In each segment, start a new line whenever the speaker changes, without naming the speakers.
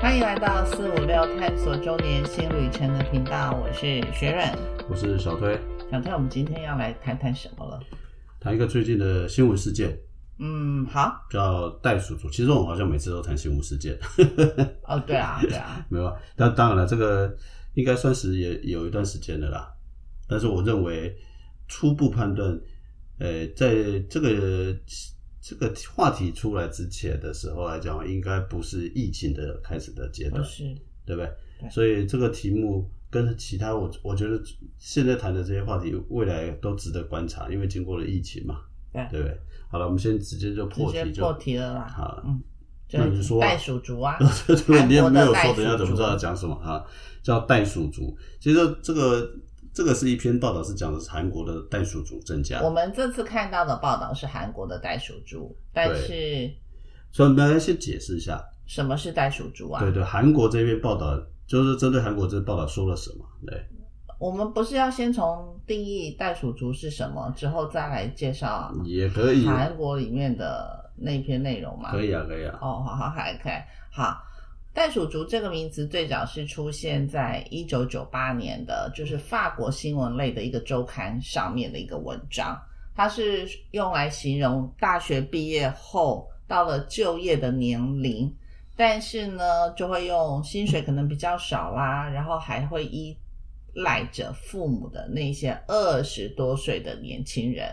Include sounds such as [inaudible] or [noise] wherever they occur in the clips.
欢迎来到四五六探索周年新旅程的频道，我是学润。
我是小推，
小推，我们今天要来谈谈什么了？
谈一个最近的新闻事件，
嗯，好，
叫袋鼠族。其实我们好像每次都谈新闻事件， [laughs]
哦，对啊，对啊，
没有啊。但当然了，这个应该算是也有一段时间的啦。但是我认为初步判断，呃，在这个这个话题出来之前的时候来讲，应该不是疫情的开始的阶
不
段，
是，
对不对？
对
所以这个题目跟其他我我觉得现在谈的这些话题，未来都值得观察，因为经过了疫情嘛，
对
对不对？好了，我们先直接就
直
破
接
题就
破题了啦。
好
嗯，
[laughs] 那你说啊
袋鼠族
[laughs]
啊，
对，你也没有
韩
说，
国的
等一下怎么知道要讲什么啊？叫袋鼠族。其实这个这个是一篇报道，是讲的是韩国的袋鼠族增加
我。们这次看到的报道是韩国的袋鼠族，但是
所以我们来先解释一下，
什么是袋鼠族啊？
对对，韩国这篇报道就是针对韩国这报道说了什么？对，
我们不是要先从定义袋鼠族是什么，之后再来介绍
也可以，
韩国里面的那篇内容吗？
嗯可以啊，可以啊。
哦，好好好，OK，好。袋鼠族这个名词最早是出现在一九九八年的，就是法国新闻类的一个周刊上面的一个文章，它是用来形容大学毕业后到了就业的年龄，但是呢，就会用薪水可能比较少啦，然后还会依赖着父母的那些二十多岁的年轻人，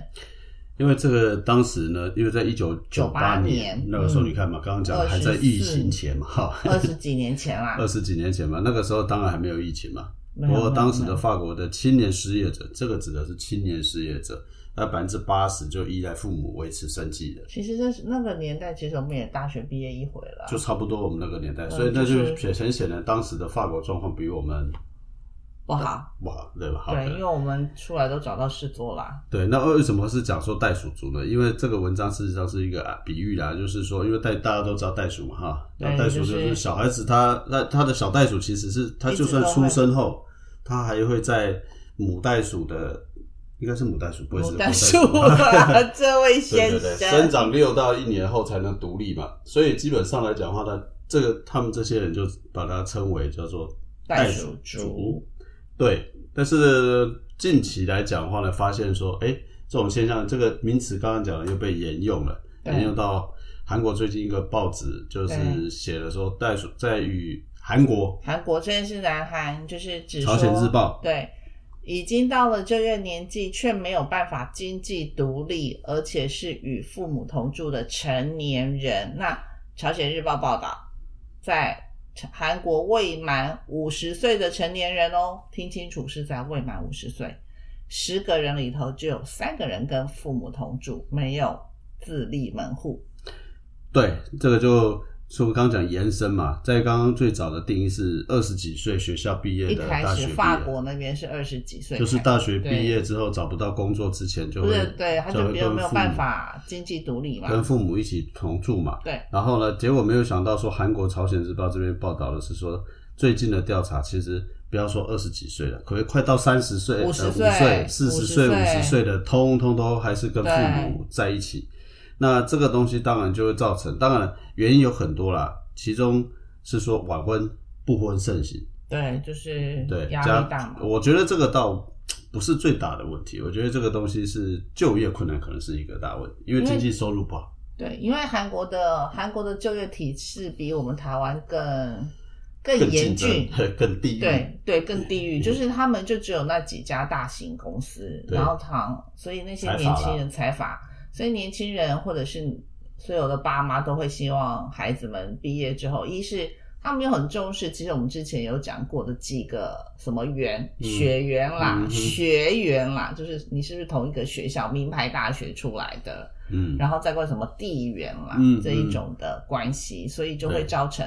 因为这个当时呢，因为在一九九八
年
那个时候，
嗯
你看嘛，刚刚讲的
24
还在疫情前嘛，哈，
二十几年前啦
[laughs] 二，十几年前嘛，那个时候当然还没有疫情嘛。
没有
不过当时
没有
的法国的青年失业者，这个指的是青年失业者，那百分之八十就依赖父母维持生计的，
其实这是那个年代，其实我们也大学毕业一回了，
就差不多我们那个年代，
嗯
所以那就
就是
很显然，当时的法国状况比我们
不好。
不好，对吧？好
对，因为
的。
我们出来都找到事做啦。
对，那为什么是讲说袋鼠族呢？因为这个文章事实上是一个啊比喻啦，就是说，因为袋大家都知道袋鼠嘛，哈，
对
那袋鼠就
就是
是小孩子他那他的小袋鼠其实是他
一直
就算
都会
出生后，他还会在母袋鼠的应该是母袋鼠，不会是
[laughs] 牡
[laughs] 母
丹
袋
树
鼠
[laughs] 啊，这位
[laughs] 对
先
对对，生长六到一年后才能独立嘛，所以基本上来讲的话，呢，这个他们这些人就把它称为叫做
袋鼠
鼠
族。
对，但是近期来讲的话呢，发现说，哎，这种现象，这个名词刚刚讲的又被沿用了，
对
沿用到韩国最近一个报纸就是
对
写了说，袋鼠在与韩国
韩国真的是南韩，就是指说
朝鲜日报
对，已经到了就业年纪，却没有办法经济独立，而且是与父母同住的成年人。那朝鲜日报报道，在韩国未满五十岁的成年人哦，听清楚，是在未满五十岁，十个人里头就有三个人跟父母同住，没有自立门户。
对，这个就说刚刚讲延伸嘛，在刚刚最早的定义是二十几岁学校毕业
一
的
开
大学
始
毕业，
法国那边是二十几岁开
就
始，
是大学
对
毕业之后找不到工作之前就
不
会
是对，他就
会
没
跟
有没有
父母
办法经济独立嘛。
跟父母一起同住嘛。
对，
然后呢，结果没有想到说韩国《朝鲜日报》这边报道的是说，最近的调查其实不要说二十几岁了，可能快到三十岁、呃
50岁
岁、四十岁、五
50
十岁的，通通都还是跟父
对
母在一起。那这个东西当然就会造成，当然原因有很多啦，其中是说晚婚不婚盛行。
对，就是
对，
压
加
力大嘛。
我觉得这个倒不是最大的问题，我觉得这个东西是就业困难可能是一个大问题，因为
因为
经济收入不好。
对，因为韩国的韩国的就业体制比我们台湾更更
更
严
竞争
峻，，
对更地域。
对对，更地域，就是他们就只有那几家大型公司，
对
然后常，所以那些
财阀
年
啦
轻人财阀，所以年轻人或者是所有的爸妈都会希望孩子们毕业之后，一是他们又很重视，其实我们之前有讲过的几个什么园、
嗯
学员啦、
嗯哼
学员啦，就是你是不是同一个学校名牌大学出来的，
嗯，
然后再过什么地缘啦、
嗯
这一种的关系，所以就会
对
造成，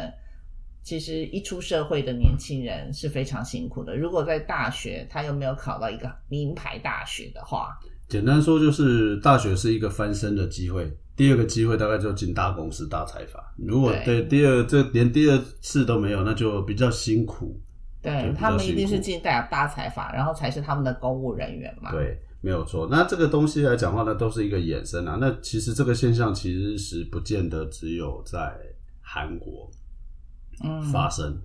其实一出社会的年轻人是非常辛苦的。如果在大学他又没有考到一个名牌大学的话，
简单说就是大学是一个翻身的机会，第二个机会大概就进大公司、大财阀。如果
对
对第二这连第二次都没有，那就比较辛苦。就
对
比较
他们一定是
辛苦
进大大财阀，然后才是他们的公务人员嘛。
对，没有错。那这个东西来讲的话呢，都是一个衍生啊。那其实这个现象其实是不见得只有在韩国，
嗯，
发生。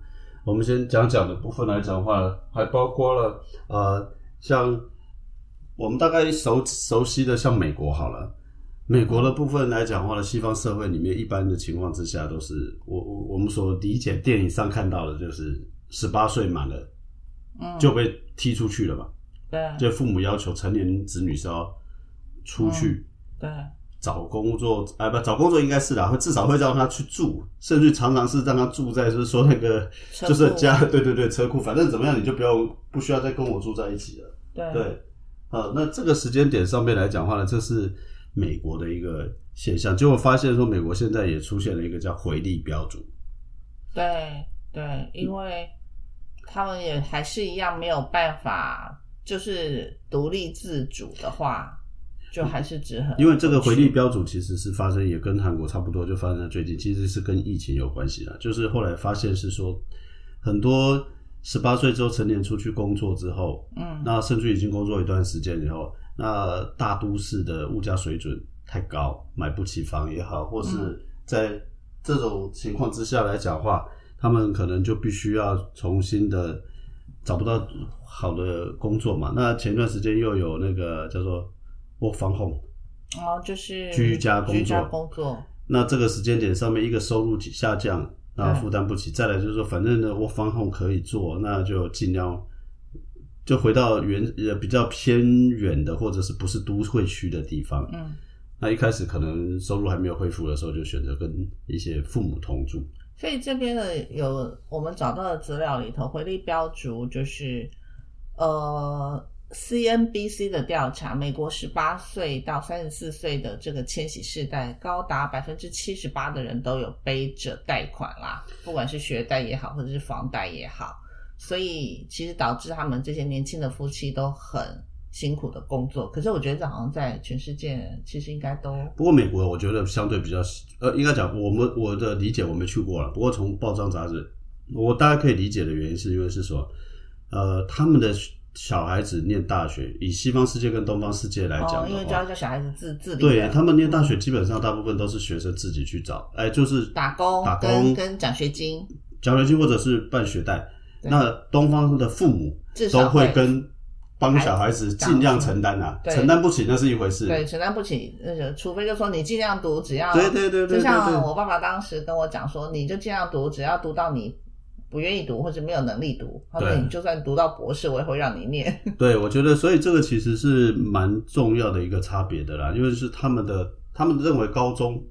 我们先讲讲的部分来讲的话，还包括了呃，像我们大概熟熟悉的，像美国好了。美国的部分来讲的话呢，西方社会里面一般的情况之下都是我我我们所理解电影上看到的，就是十八岁满了
嗯
就被踢出去了嘛，
对
就父母要求成年子女是要出去，
对
找工作，哎，不，找工作应该是啦，会至少会让他去住，甚至常常是让他住在，就是说那个，
车库
就是家， [laughs] 对对对，车库，反正怎么样，你就不要不需要再跟我住在一起了。
对
对，呃，那这个时间点上面来讲的话呢，这是美国的一个现象。结果发现说，美国现在也出现了一个叫回力标准，
对对，因为他们也还是一样没有办法，就是独立自主的话，就还是只很
嗯因为这个回力标准其实是发生，也跟韩国差不多，就发生在最近，其实是跟疫情有关系的。就是后来发现是说，很多十八岁之后成年出去工作之后，
嗯
那甚至已经工作一段时间以后，那大都市的物价水准太高，买不起房也好，或
嗯
是在这种情况之下来讲的话，他们可能就必须要重新的找不到好的工作嘛。那前段时间又有那个叫做 work from home。
然后就是
居家工作
居家工作
那这个时间点上面，一个收入下降，那
嗯
负担不起。再来就是说，反正呢，我防控可以做，那就尽量就回到原呃比较偏远的或者是不是都会区的地方。
嗯，
那一开始可能收入还没有恢复的时候，就选择跟一些父母同住。
所以这边的有我们找到的资料里头，回力标注就是呃 CNBC 的调查，美国十八岁到三十四岁的这个千禧世代，高达百分之七十八的人都有背着贷款啦，不管是学贷也好，或者是房贷也好，所以其实导致他们这些年轻的夫妻都很。辛苦的工作，可是我觉得这好像在全世界其实应该都
不过美国我觉得相对比较呃，应该讲我们我的理解我没去过了。不过从报章杂志，我大概可以理解的原因是因为是说，呃，他们的小孩子念大学，以西方世界跟东方世界来讲
哦，因
的
为就
话，
要叫小孩子自自理
对
的
他们念大学基本上大部分都是学生自己去找，哎，就是
打工
打
跟
工
跟奖学金，
奖学金或者是办学贷。
对
那东方的父母
至少
都会
会
跟帮小孩子尽量承担啊，
对
承担不起那是一回事。
对，承担不起那个，除非就说你尽量读，只要
对对对对对，
就
对
像我爸爸当时跟我讲说，你就尽量读，只要读到你不愿意读或者没有能力读，他说
对
你就算读到博士，我也会让你念。
对，我觉得，所以这个其实是蛮重要的一个差别的啦，因为是他们的，他们认为高中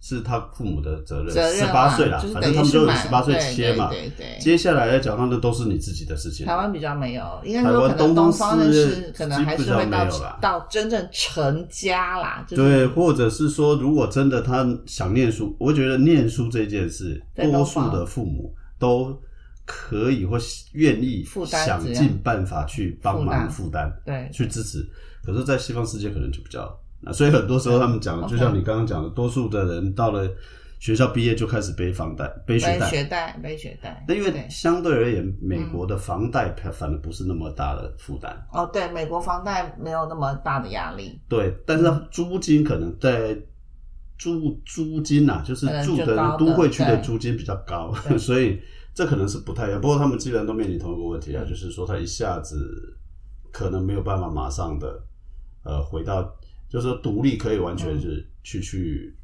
是他父母的责任，
责任
十
啊
八岁啦，
就是
反
等于
正他们
是
就
满
十八岁
对
切嘛。
对对对。
接下来来讲，那都是你自己的事情。
台湾比较没有，应该
台
说
湾
可能
东
方
方
人
是
是可能还是
基
会
本上
到
没有啦
到真正成家啦，就是
对，或者是说，如果真的他想念书，我觉得念书这件事，
对都
多数
放
的父母都可以或愿意
负担
想
只要
尽办法去帮忙
负
负担。
对
去支持。可是，在西方世界可能就比较那，所以很多时候他们讲的，
OK
就像你刚刚讲的，多数的人到了学校毕业就开始背房贷、背学
背
贷。
学贷背学贷，
那因为
对嗯
相对而言，美国的房贷反而不是那么大的负担，
哦对，美国房贷没有那么大的压力，
对。但是它租金可能在租租金呐、啊，就是
可能
住
就高
的
的
都会区的
对
租金比较高
对，
[laughs] 所以这可能是不太一样。不过他们既然都面临同一个问
嗯
题啊，就是说他一下子可能没有办法马上的呃回到，就是说独立可以完全是去、去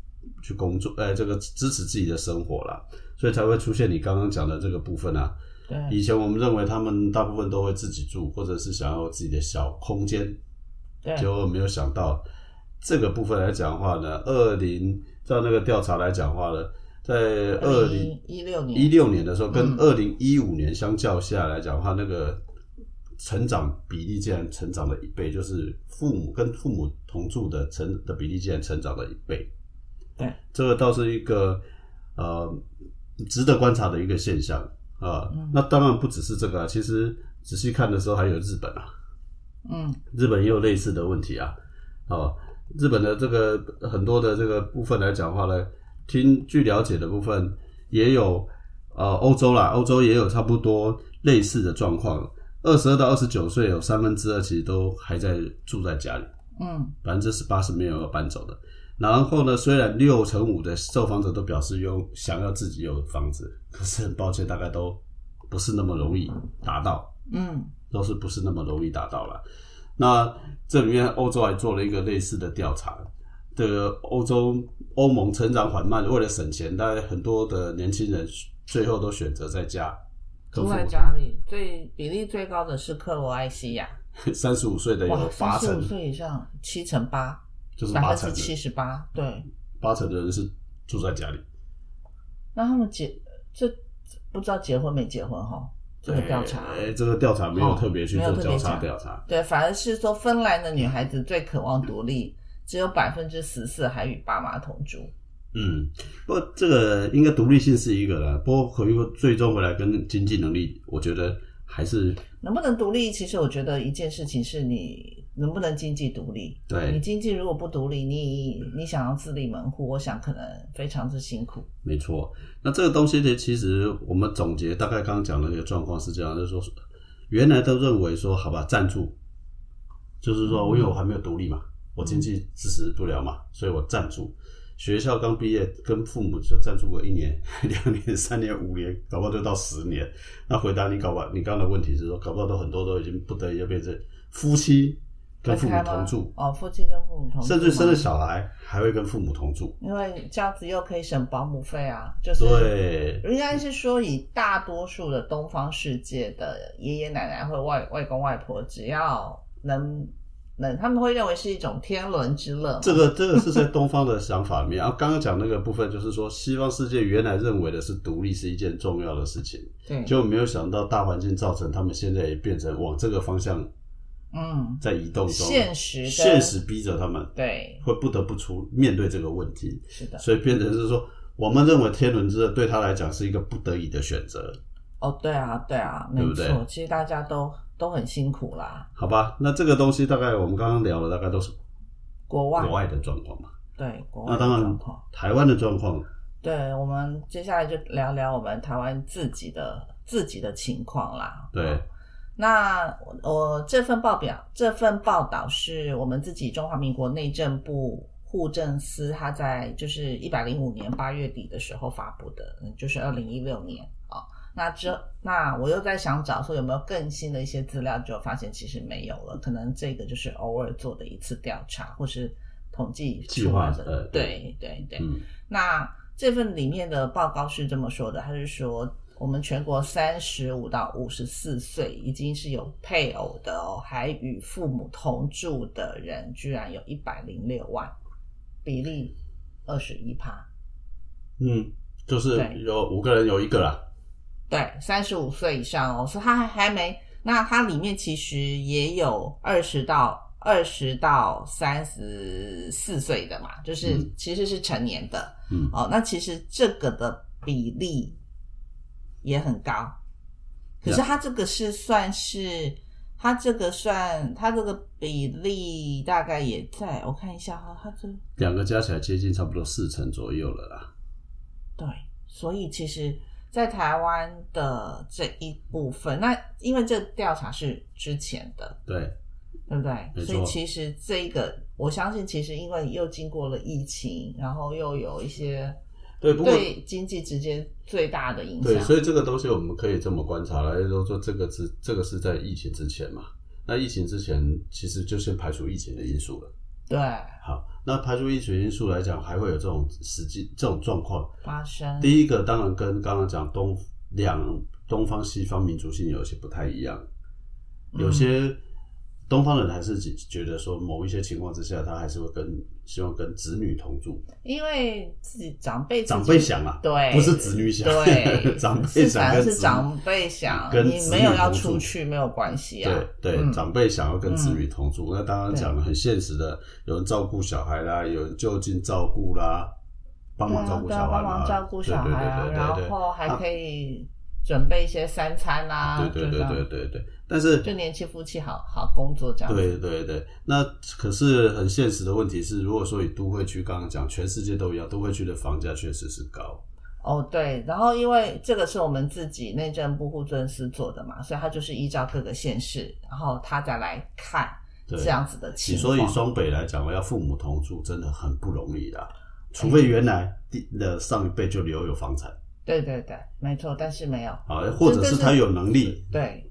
去工作，呃，这个支持自己的生活啦，所以才会出现你刚刚讲的这个部分啊。
对
以前我们认为他们大部分都会自己住，或者是想要有自己的小空间，
[laughs] 对
结果没有想到这个部分来讲的话呢，二零照那个调查来讲的话呢，在二零
一六年
一六年的时候，跟
嗯
二零一五年相较下来讲的话，那个成长比例竟然成长了一倍，就是父母跟父母同住的成的比例竟然成长了一倍。
对，
这个倒是一个呃值得观察的一个现象啊、
嗯
那当然不只是这个啊，其实仔细看的时候还有日本啊，
嗯
日本也有类似的问题啊。哦，日本的这个很多的这个部分来讲的话呢，听据了解的部分也有呃欧洲啦，欧洲也有差不多类似的状况。二十二到二十九岁有三分之二其实都还在住在家里，
嗯
百分之十八是没有要搬走的。然后呢，虽然六成五的受访者都表示有想要自己有房子，可是很抱歉，大概都不是那么容易达到，
嗯
都是不是那么容易达到了。那这里面欧洲还做了一个类似的调查，这个欧洲欧盟成长缓慢，为了省钱，大概很多的年轻人最后都选择在家。
住在家里，最比例最高的是克罗埃西亚，
[laughs] 三十五岁的
哇
有，八
三十
成
五，岁以上七成八，
就是
百
八
分
成
之七
的，
十八，对。
八成的人是住在家里。
那他们结这不知道结婚没结婚哈？这个调查，
哎、这个调查没有特别去
哦没有特
做
别
交叉
讲
调查，
对，反而是说芬兰的女孩子最渴望独立，只有百分之十四还与爸妈同住。
嗯，不过这个应该独立性是一个啦，不过回过最终回来跟经济能力，我觉得还是
能不能独立？其实我觉得一件事情是你能不能经济独立。
对
你经济如果不独立，你你想要自立门户，我想可能非常之辛苦。
没错。那这个东西呢，其实我们总结大概刚刚讲的那个状况是这样，就是说原来都认为说好吧，赞助，就是
嗯
说因为我还没有独立嘛，我经济支持不了嘛，所以我赞助。学校刚毕业，跟父母就赞助过一年、 [laughs] 两年、三年、五年，搞不好就到十年。那回答你搞不好，你刚刚的问题是说，搞不好都很多都已经不得已要变成夫妻跟父母
分开吗
同住，
哦，夫妻跟父母同住吗，
甚至生了小孩还会跟父母同住。
因为这样子又可以省保姆费啊，就是
对，
应该是说，以大多数的东方世界的爷爷奶奶或外外公外婆，只要能能，他们会认为是一种天伦之乐嘛。
这个这个是在东方的想法里面，啊，刚刚讲那个部分就是说，西方世界原来认为的是独立是一件重要的事情，
对，
就没有想到大环境造成他们现在也变成往这个方向
嗯，
在移动中，
现实跟
现实逼着他们
对，
会不得不出面对这个问题，
是的。
所以变成是说，我们认为天伦之乐对他来讲是一个不得已的选择，
哦，对啊，对啊，没
对不
错。
对
其实大家都都很辛苦啦，
好吧？那这个东西大概我们刚刚聊了，大概都是
国外
国外的状况嘛，
对国外
那
的
当
状
然
况。
台湾的状况，
对，我们接下来就聊聊我们台湾自己的自己的情况啦。嗯
对。
那我、我这份报表，这份报道是我们自己中华民国内政部户政司，他在就是一百零五年八月底的时候发布的，嗯就是二零一六年啊、哦那之那我又在想找说有没有更新的一些资料，就发现其实没有了，可能这个就是偶尔做的一次调查或是统计
计
出来
划
的
呃，
对对对，
嗯。
那这份里面的报告是这么说的，他是说我们全国三十五到五十四岁已经是有配偶的哦，还与父母同住的人，居然有一百零六万，比例二十一趴。
嗯，就是
对
有五个人有一个啦，
对，三十五岁以上哦，所以他还还没。那它里面其实也有二十到二十到三十四岁的嘛，就是
嗯
其实是成年的。
嗯
哦，那其实这个的比例也很高，可是它这个是算是。它这个算，它这个比例大概也在，我看一下哈，它这
两个加起来接近差不多四成左右了啦。
对，所以其实，在台湾的这一部分，那因为这个调查是之前的，
对，
对不
没
对？
错
所以其实这一个，我相信其实因为又经过了疫情，然后又有一些
对，不过
对经济直接最大的影响。
对，所以这个东西我们可以这么观察了，也就是说这个是这个是在疫情之前嘛。那疫情之前其实就先排除疫情的因素了。
对
好，那排除疫情因素来讲，还会有这种实际这种状况。
发生
第一个当然跟刚刚讲东两东方西方民族性有些不太一样，
嗯
有些东方人还是觉得说某一些情况之下，他还是会跟希望跟子女同住，
因为自己长辈自己
长辈想啊，
对，
不是子女想，
对
[laughs] 长辈
是
想
反
跟
而
子
是长辈想，
跟
你
子
没
女
有要
同住
出去没有关系啊。
对对、
嗯
长辈想要跟子女同住，那当然讲了很现实的，有人照顾小孩啦，有人就近照顾啦，帮忙照顾
对
小
啊，对啊帮
孩啦，
忙照顾小孩啊，
对对对对对对
然后还可以准备一些三餐啊，
对对
就
对
这样
对对对，但是
就年轻夫妻好好工作这样子。
对对对，那可是很现实的问题是，如果说以都会区刚刚讲，全世界都一样，都会区的房价确实是高。
哦，对，然后因为这个是我们自己内政部户政司做的嘛，所以他就是依照各个县市，然后他再来看
对
这样子的情
你
况。
说以双北来讲，要父母同住真的很不容易啦，
嗯
除非原来第的上一辈就留有房产
对对对，没错，但是没有
啊，或者是他有能力
对，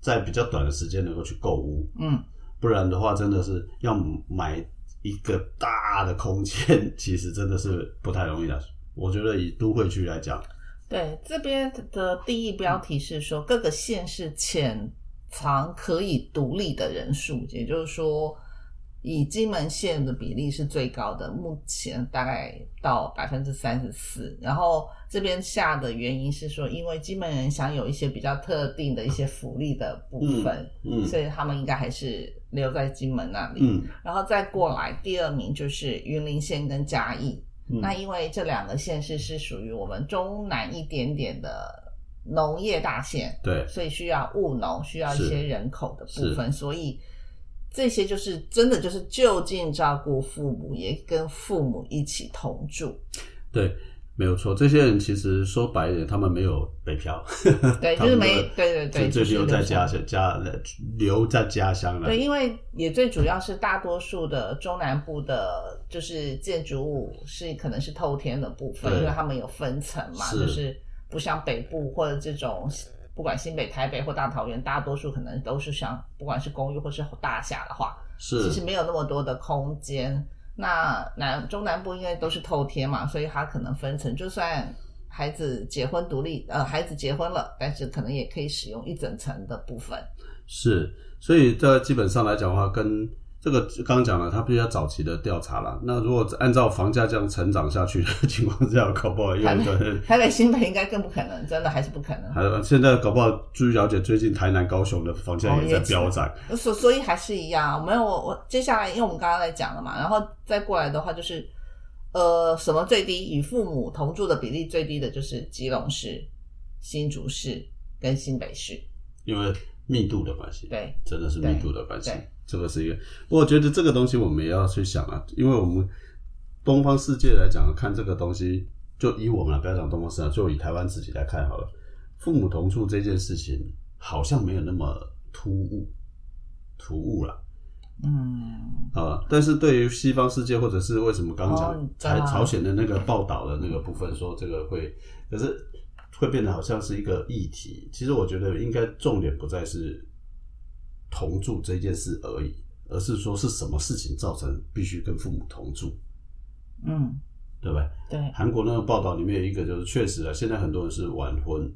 在比较短的时间能够去购屋，
嗯，
不然的话真的是要买一个大的空间，其实真的是不太容易的。我觉得以都会区来讲，
对，这边的第一标题是说各个县市潜藏可以独立的人数，也就是说，以金门县的比例是最高的，目前大概到百分之三十四。然后这边下的原因是说，因为金门人享有一些比较特定的一些福利的部分，
嗯
所以他们应该还是留在金门那里。
嗯
然后再过来第二名就是云林县跟嘉义，
嗯，
那因为这两个县市是属于我们中南一点点的农业大县，
对，
所以需要务农，需要一
是
些人口的部分，所以这些就是真的就是就近照顾父母，也跟父母一起同
[laughs]
住，
对，没有错。这些人其实说白一点，他们没有北漂，
对，
他
就是
们
没对
[laughs]
对对，就
就
是是
留在家
乡。
乡家留在家乡了。
对，因为也最主要是大多数的中南部的，就是建筑物是可能是透天的部分，
对
因为他们有分层嘛，
是
就是不像北部或者这种，不管新北、台北或大桃园，大多数可能都是像不管是公寓或是大厦的话，其实
是
没有那么多的空间。那南中南部因为都是透天嘛，所以它可能分层，就算。孩子结婚独立，呃，孩子结婚了，但是可能也可以使用一整层的部分。
是，所以这基本上来讲的话，跟这个刚刚讲了，它比较早期的调查了。那如果按照房价这样成长下去的情况下，搞不好又
台
一
北
段。
台北新北应该更不可能，真的还是不可
还
能。
有现在搞不好，据了解，最近台南、高雄的房价
哦
也
也
在飙涨。
所所以还是一样，我没有我我接下来，因为我们刚刚在讲了嘛，然后再过来的话就是，呃，什么最低？与父母同住的比例最低的就是基隆市、新竹市跟新北市。
因为密度的关系，
对，
真的是密度的关系
对对，
这个是一个。我觉得这个东西我们也要去想啊，因为我们东方世界来讲，看这个东西，就以我们来不要讲东方市场，就以台湾自己来看好了。父母同住这件事情好像没有那么突兀，突兀了
嗯，
啊、但是对于西方世界，或者是为什么刚刚
哦
讲
你知道
朝朝鲜的那个报道的那个部分，说这个会，可是会变得好像是一个议题。其实我觉得应该重点不再是同住这件事而已，而是说是什么事情造成必须跟父母同住，
嗯，
对吧？
对，
韩国那个报道里面有一个就是确实啊，现在很多人是晚婚，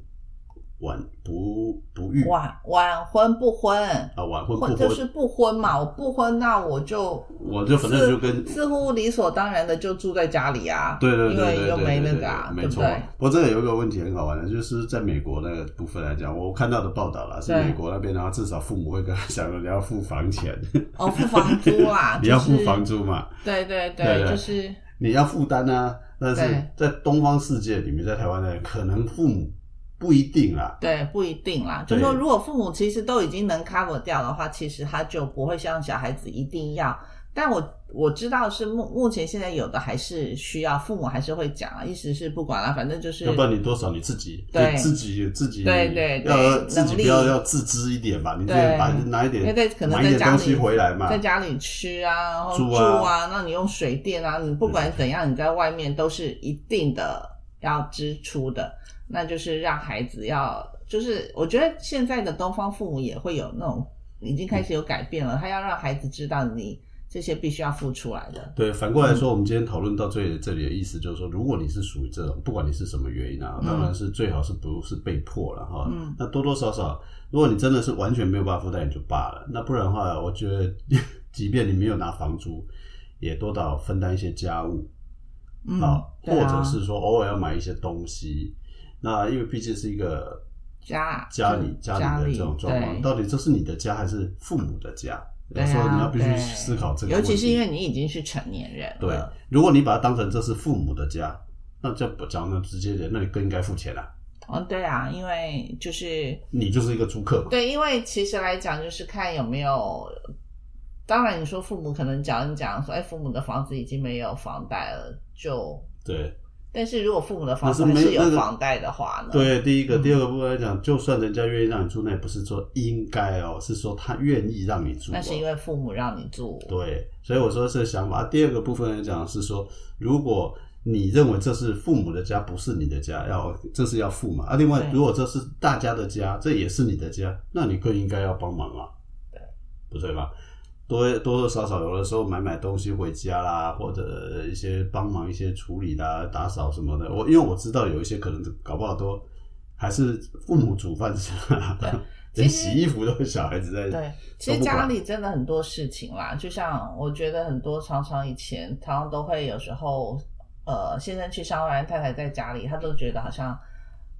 晚不不育
晚晚婚不婚，
啊，晚婚不
或
婚，
就是不婚嘛，我不婚，那我就
我就反正
似
就跟
似乎理所当然的就住在家里啊，
对对对
因
对
为
对
又
对
没
对
那
对
个啊，
没
对不
错
对？。
不过这个有一个问题很好玩的，就是在美国那个部分来讲，我看到的报道啦，是
对
美国那边的话，至少父母会跟他讲说你要付房钱，，
哦，付房租啦
[laughs] 你要付
就是
房租嘛，
对对
对
对，
对
就是
你要负担啊。但是
对
在东方世界里面，在台湾呢，可能父母不一定啦，
对，不一定啦。就
对
是说，如果父母其实都已经能 cover 掉的话，其实他就不会像小孩子一定要。但我我知道是目目前现在有的还是需要父母还是会讲啊，意思是不管啦，反正就是
要不然你多少你自己，
对
你自己自己，
对对对
要自己
能
不
力
要要自知一点吧，你得
对
把拿一
因为
点
在可能
买一
在
点
家里
东西回来嘛，
在家里吃啊，然后
住
住
啊
啊，那你用水电啊，你不管怎样，你在外面都是一定的要支出的，那就是让孩子要，就是我觉得现在的东方父母也会有那种已经开始有改变
嗯
了，他要让孩子知道你这些必须要付出来的，
对，反
嗯
过来说，我们今天讨论到这里，这里的意思就是说，如果你是属于这种，不管你是什么原因啊，
嗯
当然是最好是不是被迫了哈。
嗯
那多多少少，如果你真的是完全没有办法负担，你就罢了。那不然的话，我觉得，即便你没有拿房租，也多少分担一些家务
嗯，
或
对啊
者是说偶尔要买一些东西。那因为毕竟是一个
家
家里
家
家里的这种状况，
对
到底这是你的家还是父母的家？
对啊
有时候你要必须
对
思考这个
尤
问题。
其是因为你已经是成年人了，
对，如果你把它当成这是父母的家，那这不讲的直接一点，那你更应该付钱啦、
哦，对啊，因为就是
你就是一个租客嘛。
对，因为其实来讲，就是看有没有。当然，你说父母可能讲一讲说，哎，父母的房子已经没有房贷了，就
对
但是如果父母的房子
那是
还
没
是
那
有
个
房贷的话呢？，
对，第一个，
嗯
第二个部分来讲，就算人家愿意让你住，那也不是说应该哦，是说他愿意让你住、哦。
那是因为父母让你住。
对，所以我说是想法。啊第二个部分来讲是说，如果你认为这是父母的家，不是你的家，要这是要付嘛。啊，另外
对，
如果这是大家的家，这也是你的家，那你更应该要帮忙啊，对，不对吧？多多多少少，有的时候买买东西回家啦，或者一些帮忙一些处理啦、打扫什么的。我因为我知道有一些可能搞不好都还是父母煮饭吃啊
对，
[laughs]
其
连
实
洗衣服都是小孩子在
对，其实
都不管
家里真的很多事情啦，就像我觉得很多常常以前常常都会有时候，呃，先生去上班，太太在家里，他都觉得好像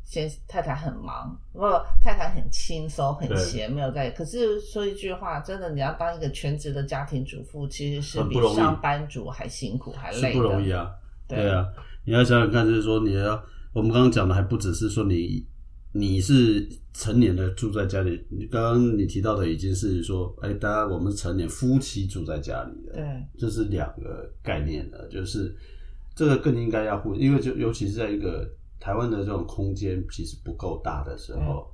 先太太很忙，不不，太太很轻松很
对
闲，没有在。可是说一句话，真的，你要当一个全职的家庭主妇，其实是
很
比
不容易
上班族还辛苦还
是
累的，
不容易啊。
对
对啊，你要想想看，就是说你要，我们刚刚讲的还不只是说你你是成年的住在家里，你刚刚你提到的已经是说，哎，大家我们成年夫妻住在家里的，
对
这是两个概念了，就是这个更应该要互，因为就尤其是在一个台湾的这种空间其实不够大的时候，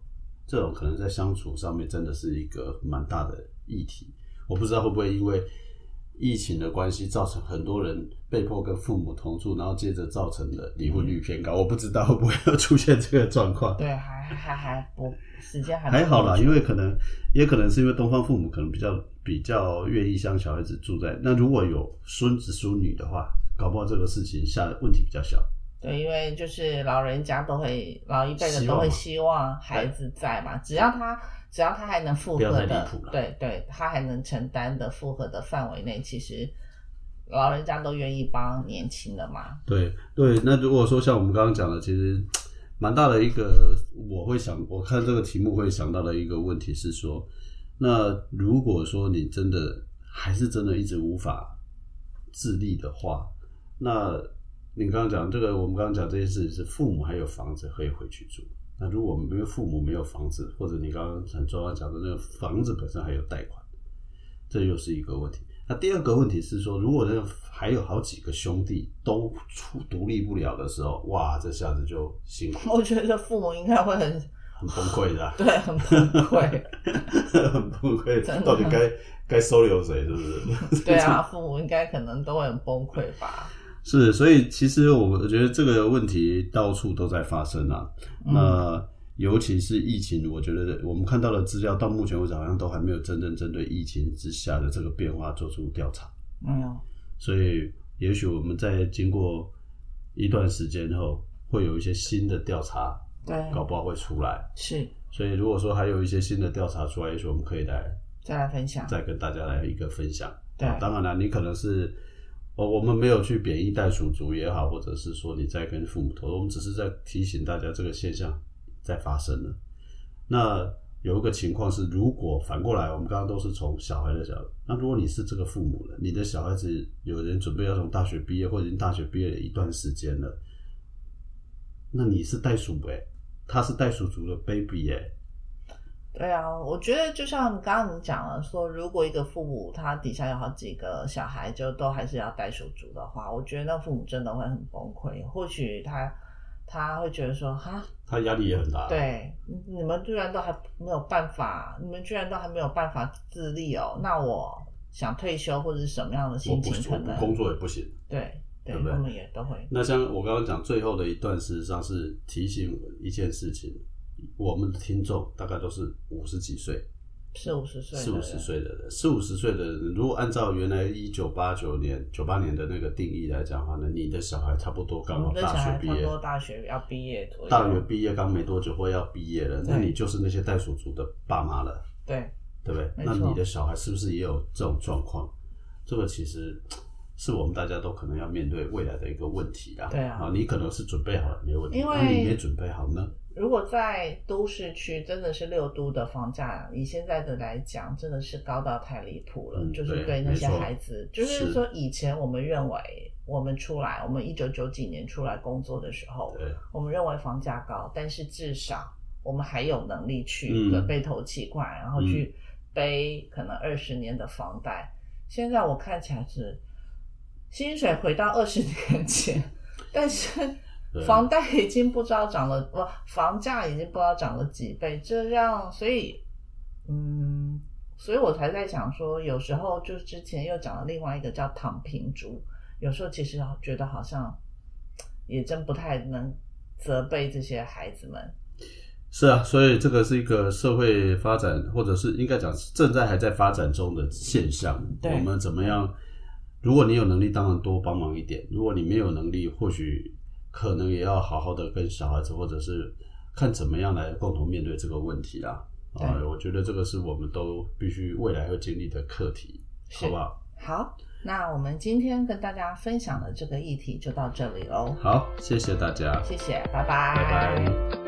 这种可能在相处上面真的是一个蛮大的议题。我不知道会不会因为疫情的关系，造成很多人被迫跟父母同住，然后接着造成的离婚率偏高。我不知道会不会要出现这个状况。
对，还还还不时间还不
还好啦，
够
因为可能也可能是因为东方父母可能比较比较愿意将小孩子住在那，如果有孙子孙女的话，搞不好这个事情下的问题比较小。
对，因为就是老人家都会，老一辈的
希
都
望
会
嘛
希望孩子在嘛，只要他只要他还能负
不要
荷
太
的
离谱，了
对对，他还能承担的负荷的范围内，其实老人家都愿意帮年轻的嘛。 [laughs]
对对，那如果说像我们刚刚讲的，其实蛮大的一个，我会想，我看这个题目会想到的一个问题是说，那如果说你真的还是真的一直无法自立的话，那你刚刚讲这个，我们刚刚讲这件事情是父母还有房子可以回去住。那如果没有父母没有房子，或者你刚刚很重要讲的那个房子本身还有贷款，这又是一个问题。那第二个问题是说，如果这还有好几个兄弟都出独立不了的时候，哇，这下子就辛苦，
我觉得父母应该会很
很崩溃的啊、 [laughs]
对很崩溃，
很崩
真的
溃，到底该该收留谁？是不是？
对啊，父母应该可能都会很崩溃吧。
是，所以其实我我觉得这个问题到处都在发生啊。
嗯，
那尤其是疫情，我觉得我们看到的资料到目前为止好像都还没有真正针对疫情之下的这个变化做出调查，
没有，
所以也许我们在经过一段时间后，会有一些新的调查，
对，
搞不好会出来。
是
所以如果说还有一些新的调查出来，也许我们可以来
再来分享，
再跟大家来一个分享。
对
啊当然了，你可能是我我们没有去贬义代属族也好，或者是说你在跟父母投，我们只是在提醒大家这个现象在发生了。那有一个情况是，如果反过来，我们刚刚都是从小孩的角度，那如果你是这个父母了，你的小孩子有人准备要从大学毕业，或者已经大学毕业了一段时间了，那你是袋鼠哎、他是袋鼠族的 baby 哎、
对啊，我觉得就像刚刚你讲了，说如果一个父母他底下有好几个小孩，就都还是要带手足的话，我觉得那父母真的会很崩溃。或许他他会觉得说，哈，
他压力也很大。
对，你你们居然都还没有办法，你们居然都还没有办法自立哦，那我想退休或者是什么样的
我
心
不
情可
我不
能
工作也不行。
对对，
对不对嗯
他们也都会
那像我刚刚讲最后的一段，事实上是提醒我一件事情：我们的听众大概都是五十几岁、
四五十岁的
四
人，
五十岁的人，四五十岁的人，如果按照原来一九八九年、九八年的那个定义来讲的话呢，你的小孩差不多
我
刚好
们的小
大
孩
学
差
毕
不
业，
多大学要毕业左右，
大学毕业刚没多久或要毕业了，那
对
你就是那些袋鼠族的爸妈了。
对。
对不对？
没
那
错
你的小孩是不是也有这种状况？这个其实是我们大家都可能要面对未来的一个问题啦。
对啊
你可能是准备好了没问题，
因为
那你没准备好呢？
如果在都市区，真的是六都的房价，以现在的来讲，真的是高到太离谱了。
嗯
就是
对
对那
没
些
错
孩子，就是
是
说以前我们认为我们出来，我们一九九几年出来工作的时候，
对，
我们认为房价高，但是至少我们还有能力去准
嗯
备头期款，然后去背可能二十年的房贷。现在我看起来是薪水回到二十年前，但是
对
房贷已经不知道涨了，不，房价已经不知道涨了几倍，这让所以，嗯，所以我才在想说，有时候就之前又讲了另外一个叫躺平族，有时候其实觉得好像也真不太能责备这些孩子们，
是啊，所以这个是一个社会发展，或者是应该讲是正在还在发展中的现象。
对
我们怎么样？如果你有能力，当然多帮忙一点；如果你没有能力，或许可能也要好好的跟小孩子，或者是看怎么样来共同面对这个问题啦。啊，
对
我觉得这个是我们都必须未来会经历的课题，
是
好不好？
好，那我们今天跟大家分享的这个议题就到这里喽，哦
好，谢谢大家，
谢谢，拜
拜拜。